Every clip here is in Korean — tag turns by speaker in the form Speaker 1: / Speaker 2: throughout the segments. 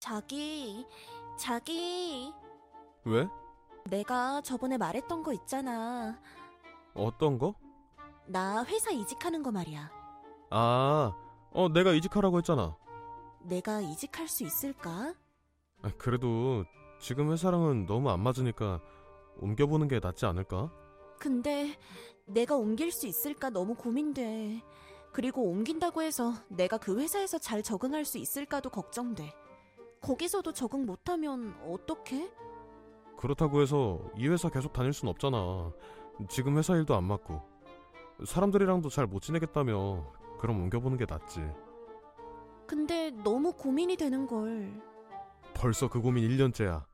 Speaker 1: 자기, 자기,
Speaker 2: 왜?
Speaker 1: 내가 저번에 말했던 거 있잖아.
Speaker 2: 어떤 거?
Speaker 1: 나 회사 이직하는 거 말이야.
Speaker 2: 아, 어, 내가 이직하라고 했잖아.
Speaker 1: 내가 이직할 수 있을까?
Speaker 2: 아, 그래도 지금 회사랑은 너무 안 맞으니까 옮겨보는 게 낫지 않을까?
Speaker 1: 근데 내가 옮길 수 있을까 너무 고민돼. 그리고 옮긴다고 해서 내가 그 회사에서 잘 적응할 수 있을까도 걱정돼. 거기서도 적응 못하면 어떡해?
Speaker 2: 그렇다고 해서 이 회사 계속 다닐 순 없잖아. 지금 회사 일도 안 맞고. 사람들이랑도 잘 못 지내겠다며. 그럼 옮겨보는 게 낫지.
Speaker 1: 근데 너무 고민이 되는 걸.
Speaker 2: 벌써 그 고민 1년째야.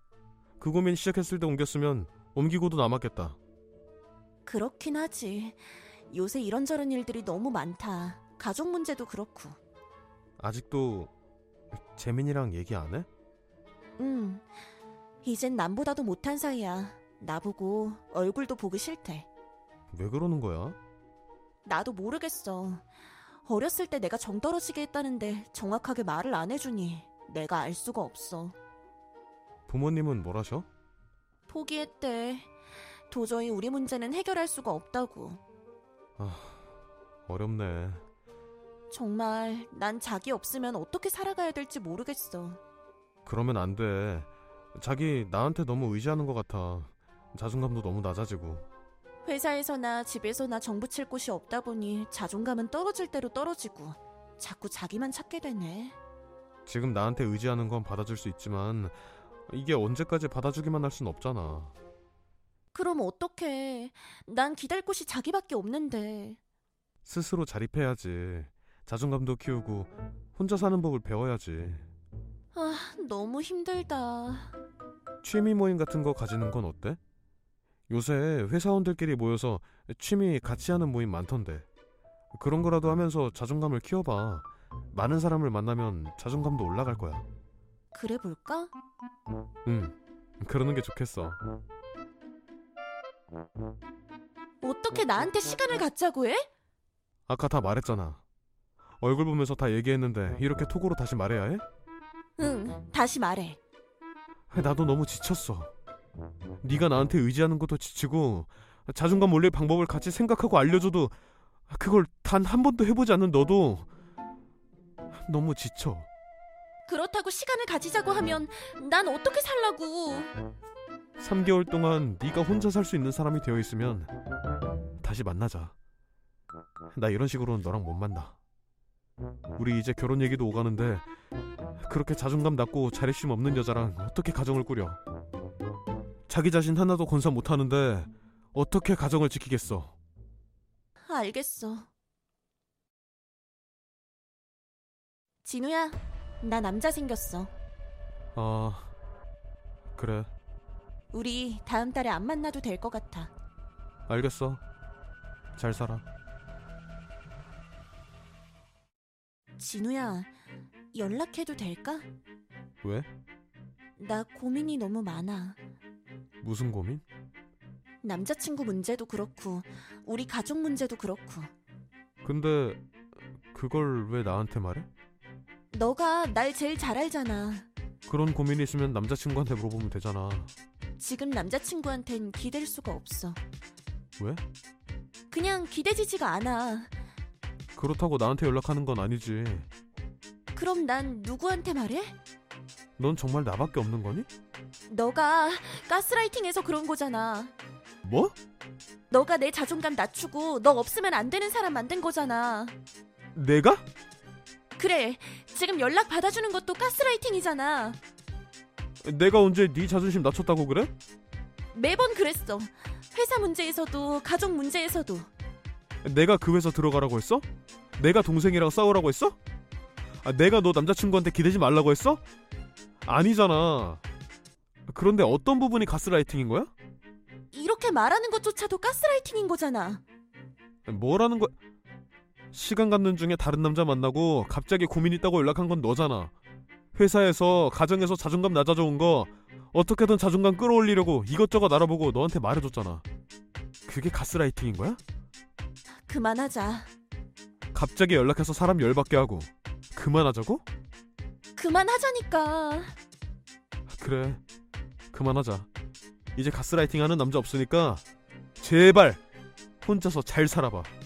Speaker 2: 그 고민 시작했을 때 옮겼으면 옮기고도 남았겠다.
Speaker 1: 그렇긴 하지. 요새 이런저런 일들이 너무 많다. 가족 문제도 그렇고.
Speaker 2: 아직도 재민이랑 얘기 안 해?
Speaker 1: 응. 이젠 남보다도 못한 사이야. 나보고 얼굴도 보기 싫대.
Speaker 2: 왜 그러는 거야?
Speaker 1: 나도 모르겠어. 어렸을 때 내가 정 떨어지게 했다는데 정확하게 말을 안 해주니 내가 알 수가 없어.
Speaker 2: 부모님은 뭘 하셔?
Speaker 1: 포기했대. 도저히 우리 문제는 해결할 수가 없다고.
Speaker 2: 어렵네.
Speaker 1: 정말 난 자기 없으면 어떻게 살아가야 될지 모르겠어.
Speaker 2: 그러면 안 돼. 자기 나한테 너무 의지하는 것 같아. 자존감도 너무 낮아지고.
Speaker 1: 회사에서나 집에서나 정부 칠 곳이 없다 보니 자존감은 떨어질 대로 떨어지고 자꾸 자기만 찾게 되네.
Speaker 2: 지금 나한테 의지하는 건 받아줄 수 있지만 이게 언제까지 받아주기만 할 순 없잖아.
Speaker 1: 그럼 어떡해. 난 기댈 곳이 자기밖에 없는데.
Speaker 2: 스스로 자립해야지. 자존감도 키우고 혼자 사는 법을 배워야지.
Speaker 1: 아, 너무 힘들다.
Speaker 2: 취미 모임 같은 거 가지는 건 어때? 요새 회사원들끼리 모여서 취미 같이 하는 모임 많던데. 그런 거라도 하면서 자존감을 키워봐. 많은 사람을 만나면 자존감도 올라갈 거야.
Speaker 1: 그래 볼까?
Speaker 2: 응, 그러는 게 좋겠어.
Speaker 1: 어떻게 나한테 시간을 갖자고 해?
Speaker 2: 아까 다 말했잖아. 얼굴 보면서 다 얘기했는데 이렇게 톡으로 다시 말해야 해?
Speaker 1: 응, 다시 말해.
Speaker 2: 나도 너무 지쳤어. 네가 나한테 의지하는 것도 지치고 자존감 올릴 방법을 같이 생각하고 알려줘도 그걸 단 한 번도 해보지 않는 너도 너무 지쳐.
Speaker 1: 그렇다고 시간을 가지자고 하면 난 어떻게 살라고?
Speaker 2: 3개월 동안 네가 혼자 살 수 있는 사람이 되어 있으면 다시 만나자. 나 이런 식으로는 너랑 못 만나. 우리 이제 결혼 얘기도 오가는데 그렇게 자존감 낮고 자립심 없는 여자랑 어떻게 가정을 꾸려? 자기 자신 하나도 건사 못 하는데 어떻게 가정을 지키겠어?
Speaker 1: 알겠어. 진우야, 나 남자 생겼어.
Speaker 2: 아 그래
Speaker 1: 우리 다음 달에 안 만나도 될 것 같아.
Speaker 2: 알겠어. 잘 살아.
Speaker 1: 진우야, 연락해도 될까?
Speaker 2: 왜?
Speaker 1: 나 고민이 너무 많아.
Speaker 2: 무슨 고민?
Speaker 1: 남자친구 문제도 그렇고, 우리 가족 문제도 그렇고.
Speaker 2: 근데 그걸 왜 나한테 말해?
Speaker 1: 너가 날 제일 잘 알잖아.
Speaker 2: 그런 고민이 있으면 남자친구한테 물어보면 되잖아.
Speaker 1: 지금 남자친구한텐 기댈 수가 없어.
Speaker 2: 왜?
Speaker 1: 그냥 기대지지가 않아.
Speaker 2: 그렇다고 나한테 연락하는 건 아니지.
Speaker 1: 그럼 난 누구한테 말해?
Speaker 2: 넌 정말 나밖에 없는 거니?
Speaker 1: 너가 가스라이팅해서 그런 거잖아.
Speaker 2: 뭐?
Speaker 1: 너가 내 자존감 낮추고 너 없으면 안 되는 사람 만든 거잖아.
Speaker 2: 내가?
Speaker 1: 그래, 지금 연락 받아주는 것도 가스라이팅이잖아.
Speaker 2: 내가 언제 네 자존심 낮췄다고 그래?
Speaker 1: 매번 그랬어. 회사 문제에서도 가족 문제에서도
Speaker 2: 내가 그 회사 들어가라고 했어? 내가 동생이랑 싸우라고 했어? 아, 내가 너 남자친구한테 기대지 말라고 했어? 아니잖아. 그런데 어떤 부분이 가스라이팅인 거야?
Speaker 1: 이렇게 말하는 것조차도 가스라이팅인 거잖아.
Speaker 2: 뭐라는 거야? 시간 갖는 중에 다른 남자 만나고 갑자기 고민 있다고 연락한 건 너잖아. 회사에서 가정에서 자존감 낮아져 온 거 어떻게든 자존감 끌어올리려고 이것저것 알아보고 너한테 말해줬잖아. 그게 가스라이팅인 거야?
Speaker 1: 그만하자.
Speaker 2: 갑자기 연락해서 사람 열받게 하고 그만하자고?
Speaker 1: 그만하자니까.
Speaker 2: 그래. 그만하자. 이제 가스라이팅 하는 남자 없으니까 제발 혼자서 잘 살아봐.